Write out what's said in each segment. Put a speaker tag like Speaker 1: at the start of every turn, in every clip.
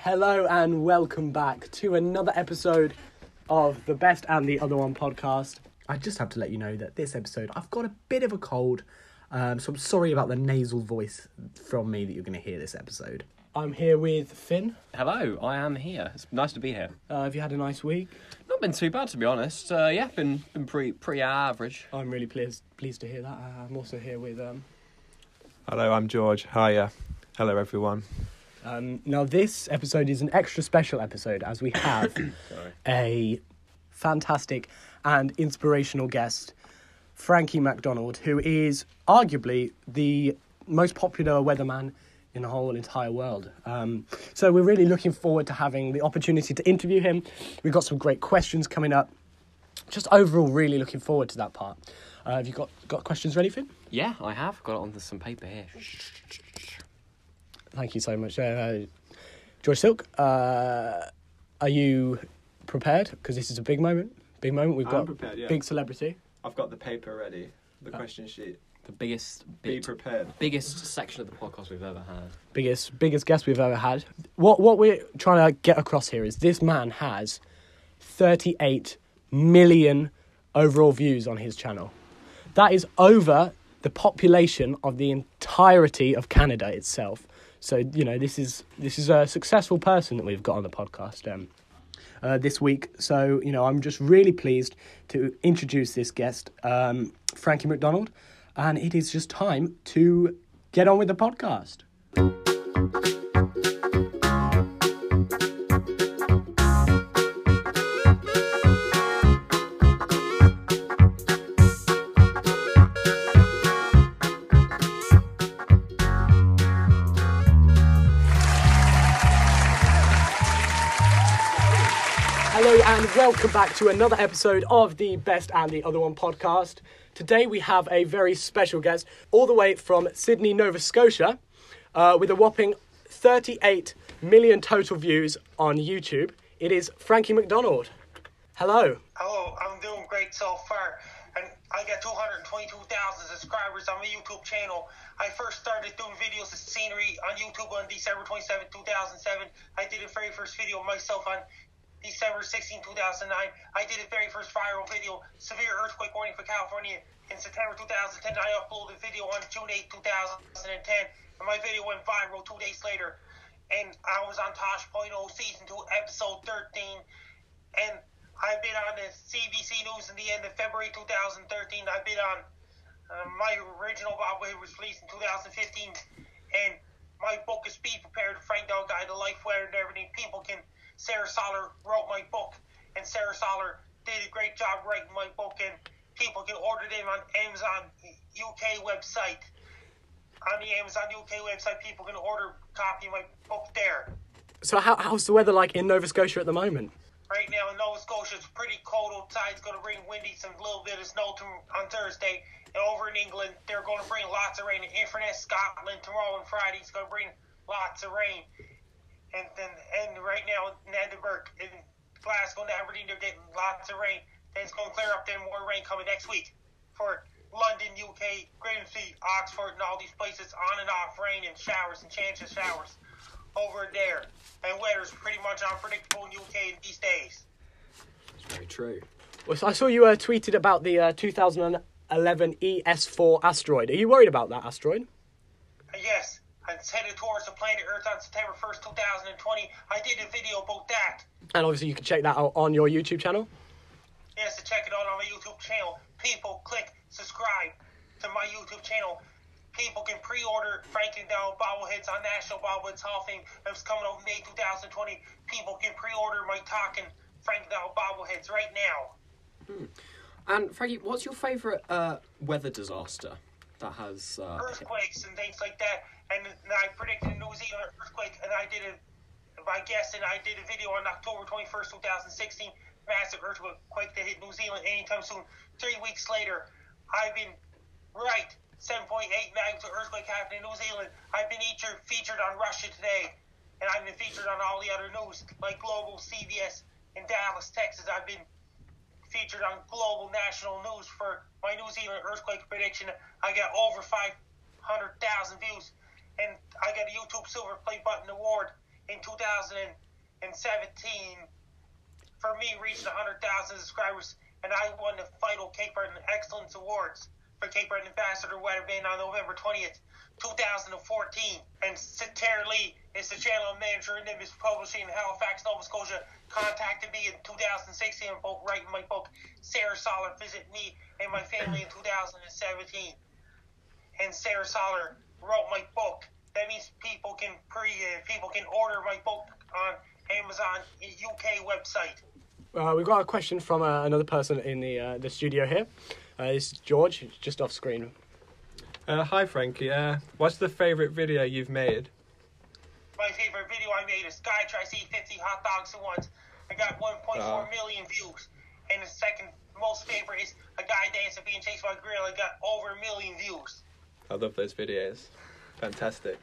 Speaker 1: Hello and welcome back to another episode of the Best and the Other One podcast. I just have to let you know that this episode I've got a bit of a cold, um, so I'm sorry about the nasal voice from me that you're going to hear this episode. I'm here with Finn.
Speaker 2: Hello, I am here. It's nice to be here.
Speaker 1: Uh, have you had a nice week?
Speaker 2: Not been too bad to be honest. Uh, yeah, been been pretty pretty average.
Speaker 1: I'm really pleased pleased to hear that. Uh, I'm also here with um,
Speaker 3: Hello, I'm George. Hiya. Hello, everyone.
Speaker 1: Um, now, this episode is an extra special episode as we have a fantastic and inspirational guest, Frankie MacDonald, who is arguably the most popular weatherman in the whole entire world. Um, so, we're really looking forward to having the opportunity to interview him. We've got some great questions coming up. Just overall, really looking forward to that part. Uh, have you got, got questions ready, Finn?
Speaker 2: Yeah, I have got it onto some paper here.
Speaker 1: Thank you so much, uh, George Silk. Uh, are you prepared? Because this is a big moment. Big moment. We've
Speaker 3: I'm
Speaker 1: got
Speaker 3: prepared, yeah.
Speaker 1: big celebrity.
Speaker 3: I've got the paper ready, the question sheet.
Speaker 2: The biggest
Speaker 3: Be
Speaker 2: bit,
Speaker 3: prepared.
Speaker 2: biggest section of the podcast we've ever had.
Speaker 1: biggest biggest guest we've ever had. What what we're trying to get across here is this man has 38 million overall views on his channel. That is over the population of the entirety of Canada itself. So you know this is this is a successful person that we've got on the podcast. Um, uh, this week. So, you know, I'm just really pleased to introduce this guest, um, Frankie McDonald. And it is just time to get on with the podcast. Hello and welcome back to another episode of the Best and the Other One podcast. Today we have a very special guest, all the way from Sydney, Nova Scotia, uh, with a whopping 38 million total views on YouTube. It is Frankie McDonald. Hello.
Speaker 4: Hello, Oh, I'm doing great so far. And I got 222,000 subscribers on my YouTube channel. I first started doing videos of scenery on YouTube on December 27, 2007. I did a very first video of myself on December 16, 2009. I did a very first viral video, Severe Earthquake Warning for California, in September 2010. I uploaded a video on June 8, 2010. And my video went viral two days later. And I was on Tosh.0 Season 2, Episode 13 and I've been on the CBC News in the end of February 2013. I've been on uh, my original Bob Wade was released in 2015, and my book is Be Prepared, Frank Dog Guide to Life, Weather, and Everything. People can. Sarah Soller wrote my book, and Sarah Soller did a great job writing my book, and people can order them on Amazon UK website. On the Amazon UK website, people can order a copy of my book there.
Speaker 1: So, how, how's the weather like in Nova Scotia at the moment?
Speaker 4: Right now in Nova Scotia, it's pretty cold outside. It's going to bring windy, some little bit of snow to, on Thursday. And over in England, they're going to bring lots of rain. In Inverness, Scotland, tomorrow and Friday, it's going to bring lots of rain. And then, and right now in Edinburgh, in Glasgow, and Aberdeen, they're getting lots of rain. Then it's going to clear up. Then more rain coming next week for London, UK, Grimsby, Oxford, and all these places. On and off rain and showers and chance of showers over there. And weather's pretty much unpredictable in UK these days.
Speaker 2: It's very true.
Speaker 1: Well, so I saw you uh, tweeted about the uh, 2011 ES4 E asteroid. Are you worried about that asteroid?
Speaker 4: And yes, I'm headed towards the planet Earth on September 1st, 2020. I did a video about that.
Speaker 1: And obviously, you can check that out on your YouTube channel.
Speaker 4: Yes, to check it out on my YouTube channel. People click subscribe to my YouTube channel. People can pre-order Franklin Down bobbleheads on National Bobbleheads Hall of Fame. It's coming out May 2020. People can pre-order my talking Franklin Down bobbleheads right now.
Speaker 2: And Frankie, what's your favourite uh, weather disaster that has? Uh,
Speaker 4: earthquakes and things like that. And, and I predicted a New Zealand earthquake, and I did a, I guess, and I did a video on October 21st, 2016, massive earthquake that hit New Zealand anytime soon. Three weeks later, I've been right. 7.8 magnitude earthquake happened in New Zealand. I've been featured, featured on Russia Today, and I've been featured on all the other news, like Global, CBS, in Dallas, Texas. I've been featured on global national news for my New Zealand earthquake prediction. I got over 500,000 views, and I got a YouTube Silver Play Button Award in 2017 for me reached 100,000 subscribers, and I won the final Cape Breton Excellence Awards for Cape Breton Ambassador Weather Band on November 20th, 2014. And Terry Lee is the channel manager in Nimbus Publishing in Halifax, Nova Scotia. Contacted me in 2016 about writing my book, Sarah Soller Visit Me and My Family in 2017. And Sarah Soller wrote my book. That means people can pre uh, people can order my book on Amazon UK website.
Speaker 1: Uh, we've got a question from uh, another person in the uh, the studio here. Uh, it's George, it's just off screen.
Speaker 3: Uh, hi, Frankie. Uh, what's the favourite video you've made?
Speaker 4: My favorite video I made is Sky Tries to Eat 50 Hot Dogs at Once. I got 1.4
Speaker 3: Ah.
Speaker 4: million views. And the second most favorite is A Guy Dancing Being Chased by a Gorilla. I got over a million views.
Speaker 3: I love those videos. Fantastic.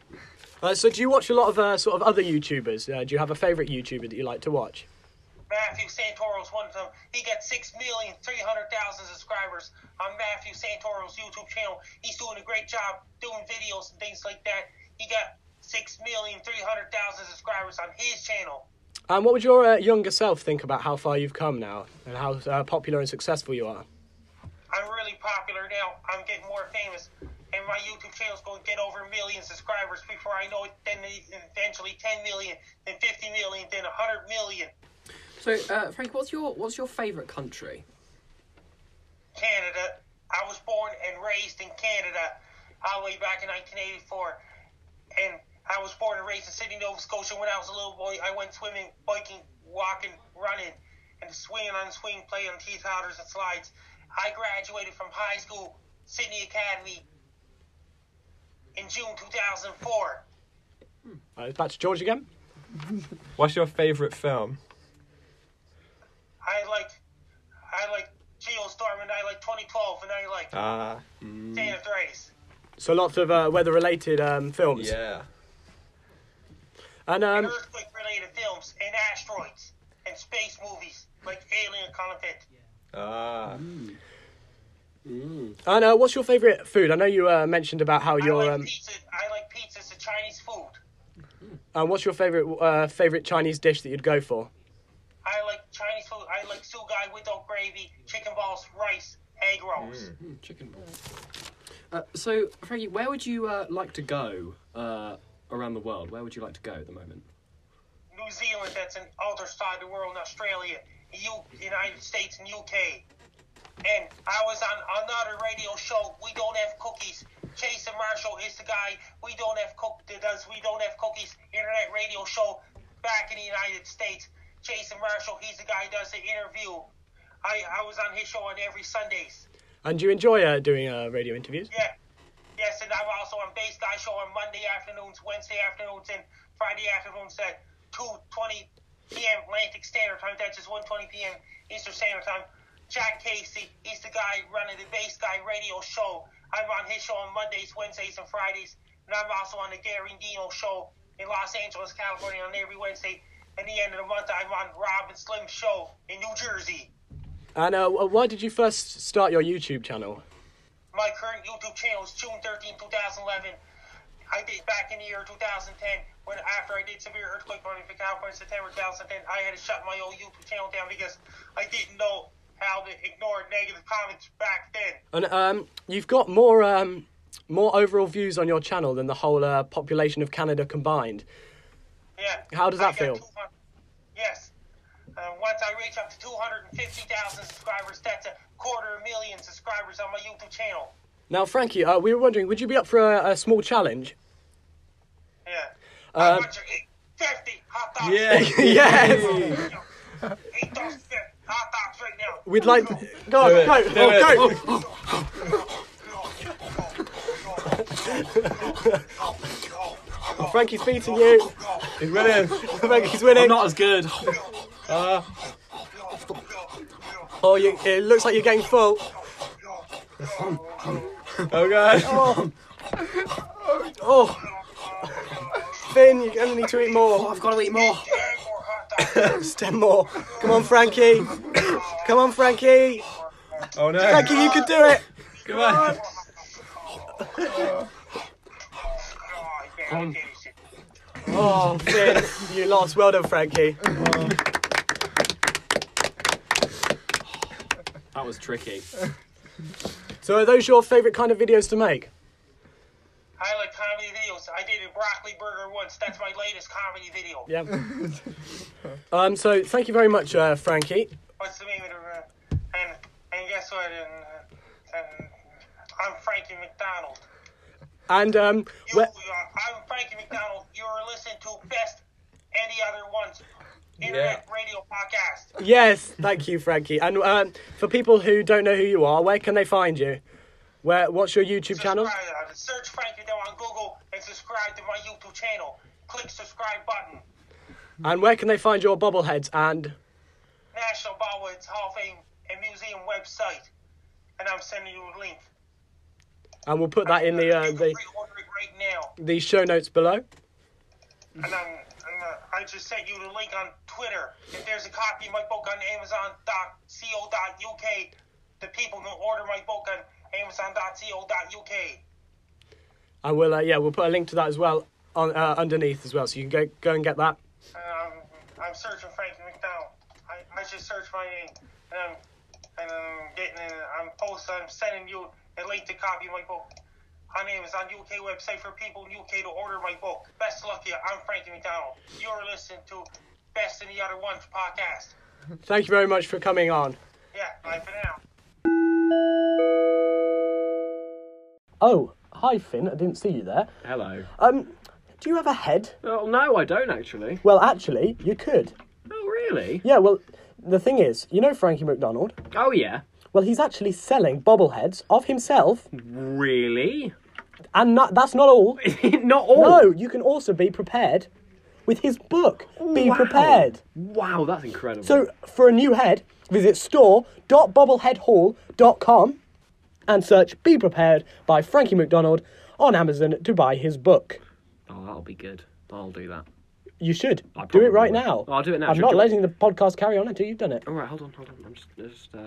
Speaker 1: Uh, so, do you watch a lot of uh, sort of other YouTubers? Uh, do you have a favourite YouTuber that you like to watch?
Speaker 4: Matthew Santoro's one of them. He got 6,300,000 subscribers on Matthew Santoro's YouTube channel. He's doing a great job doing videos and things like that. He got 6,300,000 subscribers on his channel.
Speaker 1: And what would your uh, younger self think about how far you've come now and how uh, popular and successful you are?
Speaker 4: I'm really popular now. I'm getting more famous, and my YouTube channel's going to get over a million subscribers before I know it. Then eventually 10 million, then 50 million, then 100 million.
Speaker 2: So, uh, Frank, what's your what's your favourite country?
Speaker 4: Canada. I was born and raised in Canada all the way back in 1984. And I was born and raised in Sydney, Nova Scotia. When I was a little boy, I went swimming, biking, walking, running, and swinging on swing, playing on tee powders and slides. I graduated from high school, Sydney Academy, in June 2004.
Speaker 1: Uh, it's back to George again.
Speaker 3: What's your favourite film?
Speaker 4: I like, I like Geostorm, and I like 2012, and I like
Speaker 3: Ah,
Speaker 4: Santa Thrace.
Speaker 1: So, lots of uh, weather related um, films.
Speaker 3: yeah.
Speaker 1: And um,
Speaker 4: earthquake related films and asteroids and space movies like Alien Covenant.
Speaker 3: Ah,
Speaker 1: and uh, what's your favourite food? I know you uh, mentioned about how
Speaker 4: I
Speaker 1: your
Speaker 4: like
Speaker 1: um,
Speaker 4: pizza. I like pizza. It's a Chinese food.
Speaker 1: and what's your favourite uh, favourite Chinese dish that you'd go for?
Speaker 4: I like Chinese food. I like sugai without gravy, chicken balls, rice, egg rolls.
Speaker 2: Mm, chicken balls. Uh, so, Frankie, where would you uh, like to go uh, around the world? Where would you like to go at the moment?
Speaker 4: New Zealand, that's an other side of the world, and Australia, U- United States, and UK. And I was on another radio show, We Don't Have Cookies. Jason Marshall is the guy we don't have cook that does We Don't Have Cookies internet radio show back in the United States. Jason Marshall, he's the guy who does the interview. I, I was on his show on every Sundays.
Speaker 1: And do you enjoy uh, doing uh, radio interviews?
Speaker 4: Yeah. Yes, and I'm also on Base Guy Show on Monday afternoons, Wednesday afternoons, and Friday afternoons at 2.20 p.m. Atlantic Standard Time. That's just 1.20 p.m. Eastern Standard Time. Jack Casey, he's the guy running the Base Guy radio show. I'm on his show on Mondays, Wednesdays, and Fridays. And I'm also on the Gary Dino show in Los Angeles, California on every Wednesday. And the end of the month, I'm on Robin Slim show in New Jersey.
Speaker 1: And uh, wh- why did you first start your YouTube channel?
Speaker 4: My current YouTube channel is June 13, 2011. I did back in the year 2010 when after I did severe earthquake warning for California in September 2010, I had to shut my old YouTube channel down because I didn't know how to ignore negative comments back then.
Speaker 1: And um, you've got more um, more overall views on your channel than the whole uh, population of Canada combined.
Speaker 4: Yeah.
Speaker 1: How does that
Speaker 4: I got
Speaker 1: feel?
Speaker 4: 200 Yes. Uh, once I reach up to 250,000 subscribers, that's a quarter of a million subscribers on my YouTube channel.
Speaker 1: Now, Frankie, uh, we were wondering, would you be up for a, a small challenge?
Speaker 4: Yeah. I
Speaker 1: Um,
Speaker 4: want your 50 hot dogs.
Speaker 1: yes.
Speaker 4: Eight dogs, 50 hot dogs right now.
Speaker 1: We'd like. Go, on,
Speaker 3: it.
Speaker 1: go,
Speaker 3: Do
Speaker 1: oh, go. Frankie's beating you.
Speaker 3: He's winning.
Speaker 1: Frankie's winning.
Speaker 2: not as good.
Speaker 1: oh, you, it looks like you're getting full.
Speaker 3: Oh god.
Speaker 1: Oh, Finn, you're gonna need to eat more.
Speaker 2: I've got to eat more.
Speaker 1: It's ten more. Come on, Frankie. Come on, Frankie.
Speaker 3: Oh no.
Speaker 1: Frankie, you can do it.
Speaker 3: Come on.
Speaker 4: Oh, I barely finished it.
Speaker 1: Oh, Finn, you lost. Well done, Frankie.
Speaker 2: That was tricky.
Speaker 1: So, are those your favourite kind of videos to make?
Speaker 4: I like comedy videos. I did a broccoli burger once. That's my latest comedy video.
Speaker 1: Yeah. um, so, thank you very much, uh, Frankie.
Speaker 4: What's the name of the uh, and and guess what? And, uh, and I'm Frankie McDonald.
Speaker 1: And um,
Speaker 4: You,
Speaker 1: where,
Speaker 4: uh, I'm Frankie McDonald. You are listening to best any other ones internet radio podcast.
Speaker 1: yes, thank you, Frankie. And um, for people who don't know who you are, where can they find you? Where? What's your YouTube channel?
Speaker 4: Subscribe, uh, search Frankie Dell on Google and subscribe to my YouTube channel. Click subscribe button.
Speaker 1: And where can they find your bobbleheads? And
Speaker 4: National Ballwoods Hall of Fame and Museum website. And I'm sending you a link.
Speaker 1: and we'll put that in the uh,
Speaker 4: you can
Speaker 1: the,
Speaker 4: reorder it right now.
Speaker 1: the show notes below.
Speaker 4: and I'm, I'm uh, I just sent you the link on Twitter. If there's a copy of my book on Amazon.co.uk, the people can order my book on Amazon.co.uk.
Speaker 1: And we'll uh, yeah, we'll put a link to that as well on uh, underneath as well, so you can go go and get that.
Speaker 4: Um, I'm searching Frankie McDowell. I, I just searched my name, and I'm and I'm getting and I'm posting. I'm sending you a link to copy my book. My name is on UK website for people in UK to order my book. Best of luck to you. I'm Frankie McDonald. You're listening to Best in the Other Ones podcast.
Speaker 1: Thank you very much for coming on.
Speaker 4: Yeah, bye for now.
Speaker 1: Oh, hi Finn, I didn't see you there.
Speaker 2: Hello.
Speaker 1: Um, do you have a head?
Speaker 2: Oh no, I don't actually.
Speaker 1: Well, actually, you could.
Speaker 2: Oh really?
Speaker 1: Yeah, well, the thing is, you know Frankie McDonald?
Speaker 2: Oh yeah.
Speaker 1: Well, he's actually selling bobbleheads of himself,
Speaker 2: Really?
Speaker 1: and not, that's not all.
Speaker 2: Not all.
Speaker 1: No, you can also be prepared with his book. Be
Speaker 2: Wow.
Speaker 1: prepared.
Speaker 2: Wow, that's incredible.
Speaker 1: So, for a new head, visit store.bobbleheadhall.com and search Be Prepared by Frankie McDonald on Amazon to buy his book.
Speaker 2: oh, that'll be good. I'll do that.
Speaker 1: You should.
Speaker 2: I
Speaker 1: Do it
Speaker 2: probably
Speaker 1: right
Speaker 2: will.
Speaker 1: now.
Speaker 2: I'll do it Oh, now.
Speaker 1: I'm
Speaker 2: Should-
Speaker 1: not
Speaker 2: do-
Speaker 1: letting the podcast carry on until you've done it.
Speaker 2: All right, hold on, hold on. I'm just, just uh,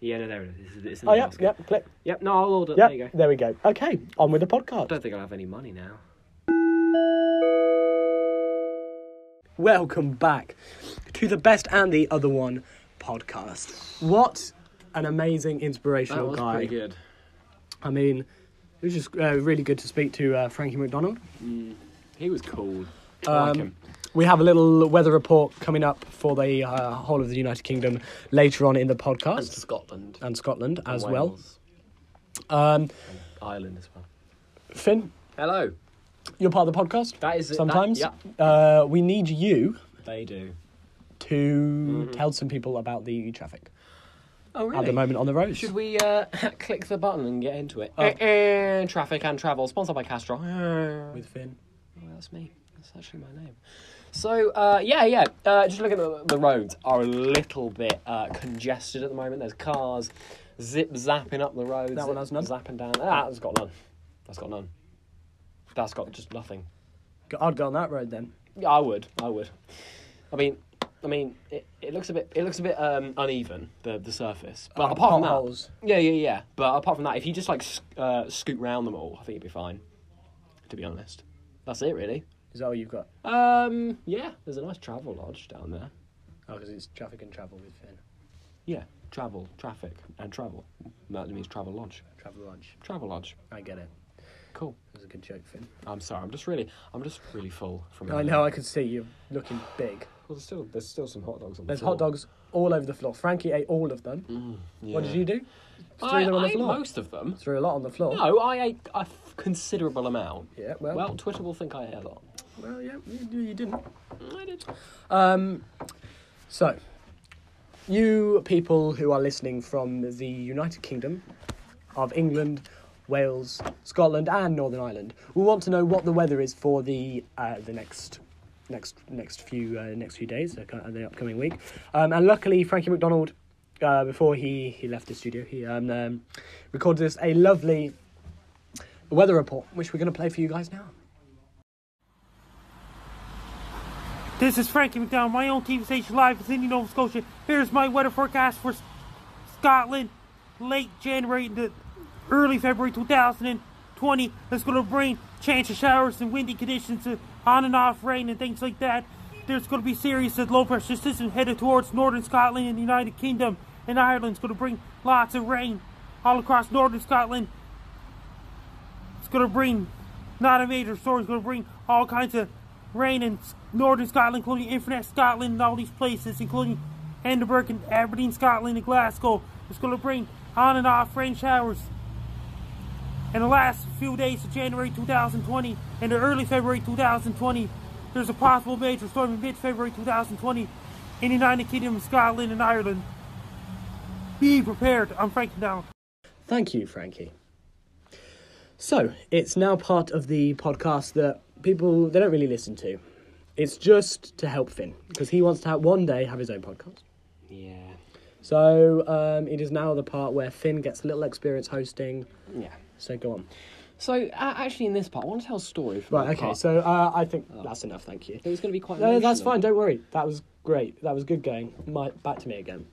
Speaker 2: yeah, no, there it is. It's, it's in
Speaker 1: Oh,
Speaker 2: the
Speaker 1: yep,
Speaker 2: basket.
Speaker 1: yep, click.
Speaker 2: Yep. No, I'll order.
Speaker 1: Yep,
Speaker 2: There you go.
Speaker 1: there we go. Okay, on with the
Speaker 2: I don't
Speaker 1: podcast.
Speaker 2: think I'll have any money now.
Speaker 1: Welcome back to the Best and the Other One podcast. What an amazing,
Speaker 2: That
Speaker 1: inspirational
Speaker 2: was
Speaker 1: guy.
Speaker 2: pretty good.
Speaker 1: I mean, it was just uh, really good to speak to uh, Frankie McDonald.
Speaker 2: He was cool. I like
Speaker 1: Um,
Speaker 2: him.
Speaker 1: we have a little weather report coming up for the uh, whole of the United Kingdom later on in the
Speaker 2: And
Speaker 1: podcast
Speaker 2: Scotland
Speaker 1: and Scotland uh, as well.
Speaker 2: Wales,
Speaker 1: Um,
Speaker 2: Ireland as well.
Speaker 1: Finn,
Speaker 2: Hello.
Speaker 1: you're part of the podcast.
Speaker 2: That is it, that-
Speaker 1: sometimes.
Speaker 2: yeah.
Speaker 1: uh, we need you
Speaker 2: They do.
Speaker 1: to tell some people about the traffic
Speaker 2: Oh Mm-hmm. really?
Speaker 1: at the moment on the roads.
Speaker 2: Should we uh, click the button and get into it?
Speaker 1: Uh-uh.
Speaker 2: Eh, eh, traffic and travel, sponsored by Castrol. Eh.
Speaker 1: with Finn?
Speaker 2: Oh, that's me. That's actually my name. So uh, yeah, yeah. Uh, just look at the, the roads are a little bit uh, congested at the moment. There's cars zip zapping up the roads.
Speaker 1: That one has none.
Speaker 2: Zapping down. Ah, that's got none. That's got none. That's got just nothing.
Speaker 1: Go- I'd go on that road then.
Speaker 2: Yeah, I would. I would. I mean, I mean, it, it looks a bit it looks a bit um, uneven the the surface. But
Speaker 1: Uh,
Speaker 2: apart from
Speaker 1: potholes.
Speaker 2: that, yeah, yeah, yeah. But apart from that, if you just like sc- uh, scoot round them all, I think you'd be fine. To be honest, that's it really.
Speaker 1: Is that all you've got?
Speaker 2: Um, yeah, there's a nice travel lodge down there.
Speaker 1: Oh, because it's traffic and travel with Finn.
Speaker 2: Yeah, travel, traffic, and travel. That means travel lodge.
Speaker 1: Travel lunch.
Speaker 2: Travel lodge.
Speaker 1: I get it.
Speaker 2: Cool.
Speaker 1: That was a good joke, Finn.
Speaker 2: I'm sorry. I'm just really, I'm just really full from.
Speaker 1: I
Speaker 2: earlier.
Speaker 1: know. I can see you looking big.
Speaker 2: Well, there's still, there's still some hot dogs on
Speaker 1: There's
Speaker 2: the floor.
Speaker 1: hot dogs all over the floor. Frankie ate all of them. What did
Speaker 2: Yeah.
Speaker 1: you do? Threw
Speaker 2: I,
Speaker 1: them on
Speaker 2: I
Speaker 1: the
Speaker 2: ate
Speaker 1: floor.
Speaker 2: most of them.
Speaker 1: Threw a lot on the floor.
Speaker 2: No, I ate a f- considerable amount.
Speaker 1: Yeah, well-
Speaker 2: well, Twitter will think I ate a lot.
Speaker 1: Well, yeah, you, you didn't.
Speaker 2: I did.
Speaker 1: Um, so, you people who are listening from the United Kingdom of England, Wales, Scotland, and Northern Ireland will want to know what the weather is for the uh, the next next next few uh, next few days, the cu- the upcoming week. Um, and luckily, Frankie McDonald, uh, before he he left the studio, he um, um, recorded us a lovely weather report, which we're going to play for you guys now.
Speaker 5: This is Frankie McDonald, my own TV station live in Sydney, Nova Scotia. Here's my weather forecast for S- Scotland, late January into early February 2020. It's going to bring chance of showers and windy conditions to on and off rain and things like that. There's going to be serious low pressure system headed towards northern Scotland and the United Kingdom and Ireland's going to bring lots of rain all across northern Scotland. It's going to bring not a major storm. It's going to bring all kinds of rain in s- northern Scotland, including Inverness, Scotland, and all these places, including Edinburgh and Aberdeen, Scotland, and Glasgow. It's going to bring on and off rain showers in the last few days of January 2020 and the early February 2020, there's a possible major storm in mid-February 2020 in the United Kingdom, Scotland, and Ireland. Be prepared. I'm Frank now.
Speaker 1: Thank you, Frankie. So it's now part of the podcast that people they don't really listen to. It's just to help Finn because he wants to have, one day have his own podcast.
Speaker 2: Yeah.
Speaker 1: So um, it is now the part where Finn gets a little experience hosting.
Speaker 2: Yeah.
Speaker 1: So go on.
Speaker 2: So uh, actually, in this part, I want to tell a story. From
Speaker 1: Right.
Speaker 2: that
Speaker 1: Okay.
Speaker 2: part. Oh.
Speaker 1: So uh, I think that's enough. Thank you.
Speaker 2: it was going to be quite.
Speaker 1: No, that's
Speaker 2: emotional.
Speaker 1: fine. Don't worry. That was great. That was good going. My, back to me again.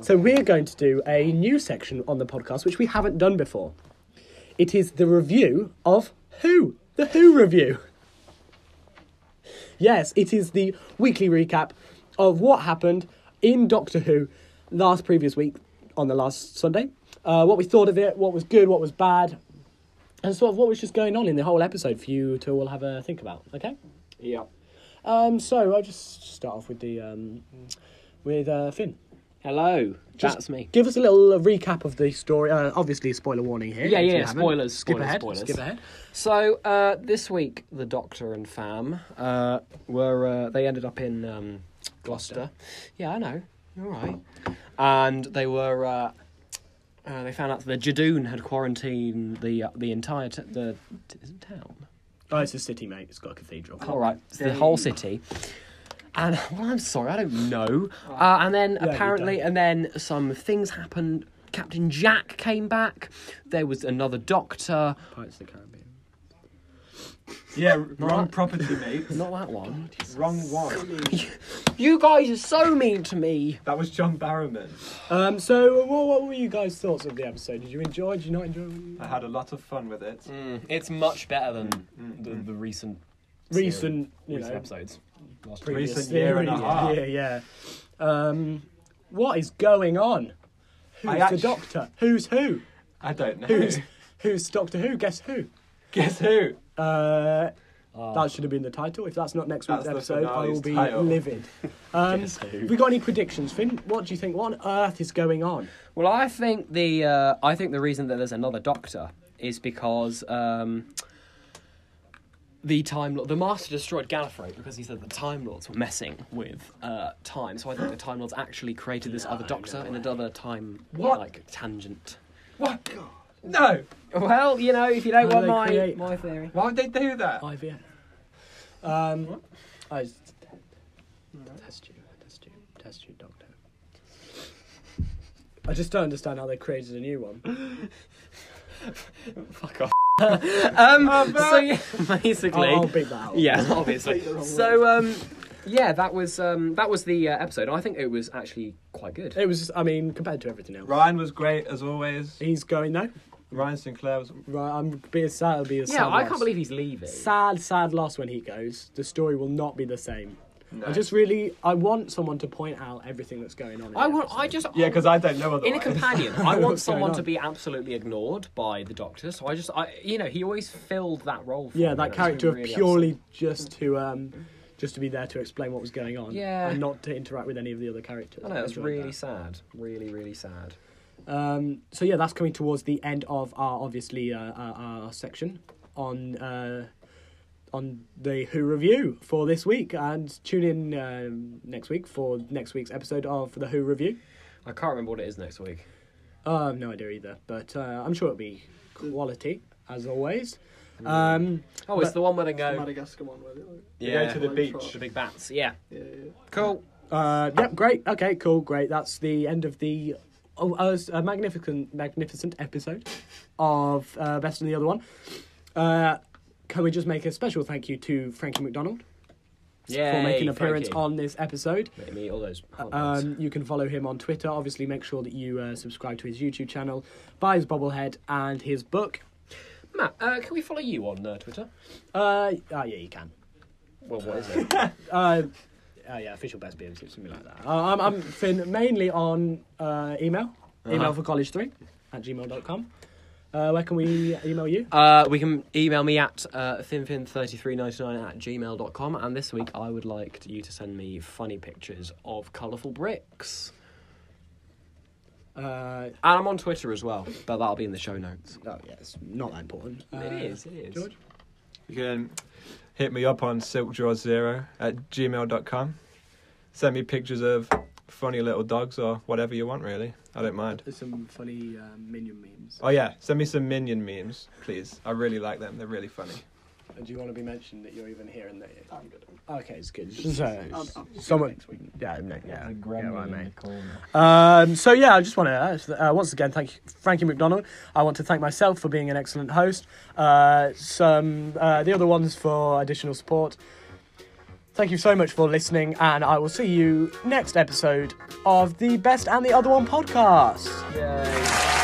Speaker 1: So we're going to do a new section on the podcast, which we haven't done before. It is the review of Who, the Who review. Yes, it is the weekly recap of what happened in Doctor Who last previous week on the last Sunday. Uh, what we thought of it, what was good, what was bad, and sort of what was just going on in the whole episode for you to all have a think about. Okay.
Speaker 2: Yeah.
Speaker 1: Um, so I'll just start off with the um, with uh, Finn.
Speaker 2: Hello.
Speaker 1: Just
Speaker 2: that's me.
Speaker 1: Give us a little uh, recap of the story. Uh, obviously, spoiler warning here.
Speaker 2: Yeah,
Speaker 1: if
Speaker 2: yeah,
Speaker 1: you
Speaker 2: yeah,
Speaker 1: haven't.
Speaker 2: spoilers,
Speaker 1: Skip
Speaker 2: spoilers,
Speaker 1: ahead.
Speaker 2: spoilers.
Speaker 1: Skip ahead.
Speaker 2: So uh, this week, the Doctor and Fam uh, were uh, they ended up in um, Gloucester. Yeah, I know. All right. And they were. Uh, uh, they found out that the Jadoon had quarantined the uh, the entire t- the t- is it town.
Speaker 1: Oh, it's a city, mate. It's got a cathedral.
Speaker 2: All right, it's the whole city. And well, I'm sorry, I don't know. Uh, and then
Speaker 1: you
Speaker 2: apparently,
Speaker 1: don't.
Speaker 2: and then some things happened. Captain Jack came back. There was another Doctor.
Speaker 1: Pirates of the Caribbean.
Speaker 3: Yeah, wrong
Speaker 2: that.
Speaker 3: property, mate.
Speaker 2: Not that one.
Speaker 3: wrong one.
Speaker 2: You guys are so mean to me.
Speaker 3: That was John Barrowman.
Speaker 1: Um, so, what, what were you guys' thoughts of the episode? Did you enjoy? Did you not enjoy? Recent
Speaker 3: I had a lot of fun with it.
Speaker 2: It's much better than the, the recent
Speaker 1: Recent, Mm, you know,
Speaker 2: episodes.
Speaker 1: previous
Speaker 3: Recent year and a
Speaker 1: series.
Speaker 3: half.
Speaker 1: Yeah, yeah. Um, what is going on? Who's
Speaker 3: I
Speaker 1: the
Speaker 3: actu-
Speaker 1: Doctor? Who's who?
Speaker 3: I don't know.
Speaker 1: Who's who's Doctor Who? Guess who?
Speaker 3: Guess who?
Speaker 1: Uh, that should have been the title. If that's not next week's
Speaker 3: That's the
Speaker 1: episode, I will
Speaker 3: finale's
Speaker 1: be
Speaker 3: title.
Speaker 1: livid. Um,
Speaker 2: Guess who?
Speaker 1: we got any predictions, Finn? What do you think? What on earth is going on?
Speaker 2: Well, I think the uh, I think the reason that there's another Doctor is because um, the Time Lord, the Master destroyed Gallifrey because he said the Time Lords were messing with uh, time. So I think the Time Lords actually created this other Doctor in another time
Speaker 3: What?
Speaker 2: like tangent.
Speaker 3: What? No.
Speaker 2: Well, you know, if you don't
Speaker 1: How
Speaker 2: want
Speaker 1: they
Speaker 2: my
Speaker 1: create-
Speaker 2: my theory.
Speaker 3: Why would they do that?
Speaker 1: IVF. Um, I s- test you, test you, test you, Doctor. I just don't understand how they created a new one.
Speaker 2: Fuck off. um, so
Speaker 3: man.
Speaker 2: yeah,
Speaker 1: I'll,
Speaker 2: basically,
Speaker 1: I'll beat that out.
Speaker 2: yeah, obviously. So um, yeah, that was um, that was the uh, episode. I think it was actually quite good.
Speaker 1: It was, I mean, compared to everything else.
Speaker 3: Ryan was great as always.
Speaker 1: He's going, no.
Speaker 3: Ryan Sinclair was.
Speaker 1: Right, I'm being sad. It'll be a sad
Speaker 2: Yeah, I can't
Speaker 1: loss.
Speaker 2: believe he's leaving.
Speaker 1: sad, sad loss when he goes. The story will not be the same.
Speaker 3: No.
Speaker 1: I just really, I want someone to point out everything that's going on. in
Speaker 2: I
Speaker 1: the
Speaker 2: want. I
Speaker 1: episode.
Speaker 2: just
Speaker 3: Yeah, because I don't
Speaker 2: in
Speaker 3: know otherwise.
Speaker 2: a companion. I want
Speaker 1: What's
Speaker 2: someone
Speaker 1: going
Speaker 2: to
Speaker 1: on?
Speaker 2: be absolutely ignored by the Doctor. So I just, I you know, he always filled that role. For
Speaker 1: yeah,
Speaker 2: me,
Speaker 1: that
Speaker 2: and it's
Speaker 1: character
Speaker 2: really
Speaker 1: of purely just to, um, just to be there to explain what was going on.
Speaker 2: Yeah.
Speaker 1: and not to interact with any of the other characters.
Speaker 2: upsetting. I know it's
Speaker 1: enjoyed
Speaker 2: really
Speaker 1: that.
Speaker 2: sad. Really, really sad.
Speaker 1: Um, so yeah, that's coming towards the end of our obviously uh, our, our section on uh, on the Who review for this week, and tune in um, next week for next week's episode of the Who review.
Speaker 2: I can't remember what it is next week.
Speaker 1: Uh, I have no idea either, but uh, I'm sure it'll be quality as always. Um,
Speaker 2: Oh, it's
Speaker 1: But-
Speaker 2: the one where they go.
Speaker 6: Mm. Madagascar one, was it? Like,
Speaker 3: They
Speaker 2: Yeah,
Speaker 3: go to the beach.
Speaker 2: the big bats. Yeah,
Speaker 6: yeah, yeah.
Speaker 2: cool.
Speaker 1: uh, yep, great. Okay, cool, great. That's the end of the oh, uh, a magnificent, magnificent episode of uh, Best and the Other One. Uh, can we just make a special thank you to Frankie McDonald
Speaker 2: Yeah,
Speaker 1: for making an appearance on this episode?
Speaker 2: Make me all those. hard ones.
Speaker 1: Um, you can follow him on Twitter. Obviously, make sure that you uh, subscribe to his YouTube channel, buy his bobblehead and his book.
Speaker 2: Matt, uh, can we follow you on uh, Twitter?
Speaker 1: Uh, ah, yeah, you can.
Speaker 2: Well, what is it? Oh,
Speaker 1: Uh, uh, yeah, official best BMC, something like that. Uh, I'm, I'm fin- mainly on uh, email, email for college3 at gmail.com. Uh, where can we email you?
Speaker 2: Uh, we can email me at uh, finfin3399 at gmail.com. And this week, I would like you to send me funny pictures of colourful bricks.
Speaker 1: Uh,
Speaker 2: And I'm on Twitter as well, but that'll be in the show notes.
Speaker 1: oh, yeah, it's not that important. Uh,
Speaker 2: it is, it is.
Speaker 1: George?
Speaker 3: You can hit me up on silkjawzero at gmail.com. Send me pictures of funny little dogs or whatever you want, really. I don't mind.
Speaker 1: There's some funny uh, minion memes.
Speaker 3: Oh, yeah, send me some minion memes, please. I really like them, they're really funny.
Speaker 1: Do you want to be mentioned that you're even here and that? I'm good. Okay, it's good. So, someone, yeah, no, yeah, yeah, right, mate. Um, so yeah, I just want to uh, once again thank Frankie McDonald. I want to thank myself for being an excellent host. Uh, some uh, the other ones for additional support. Thank you so much for listening, and I will see you next episode of the Best and the Other One podcast.
Speaker 2: Yay.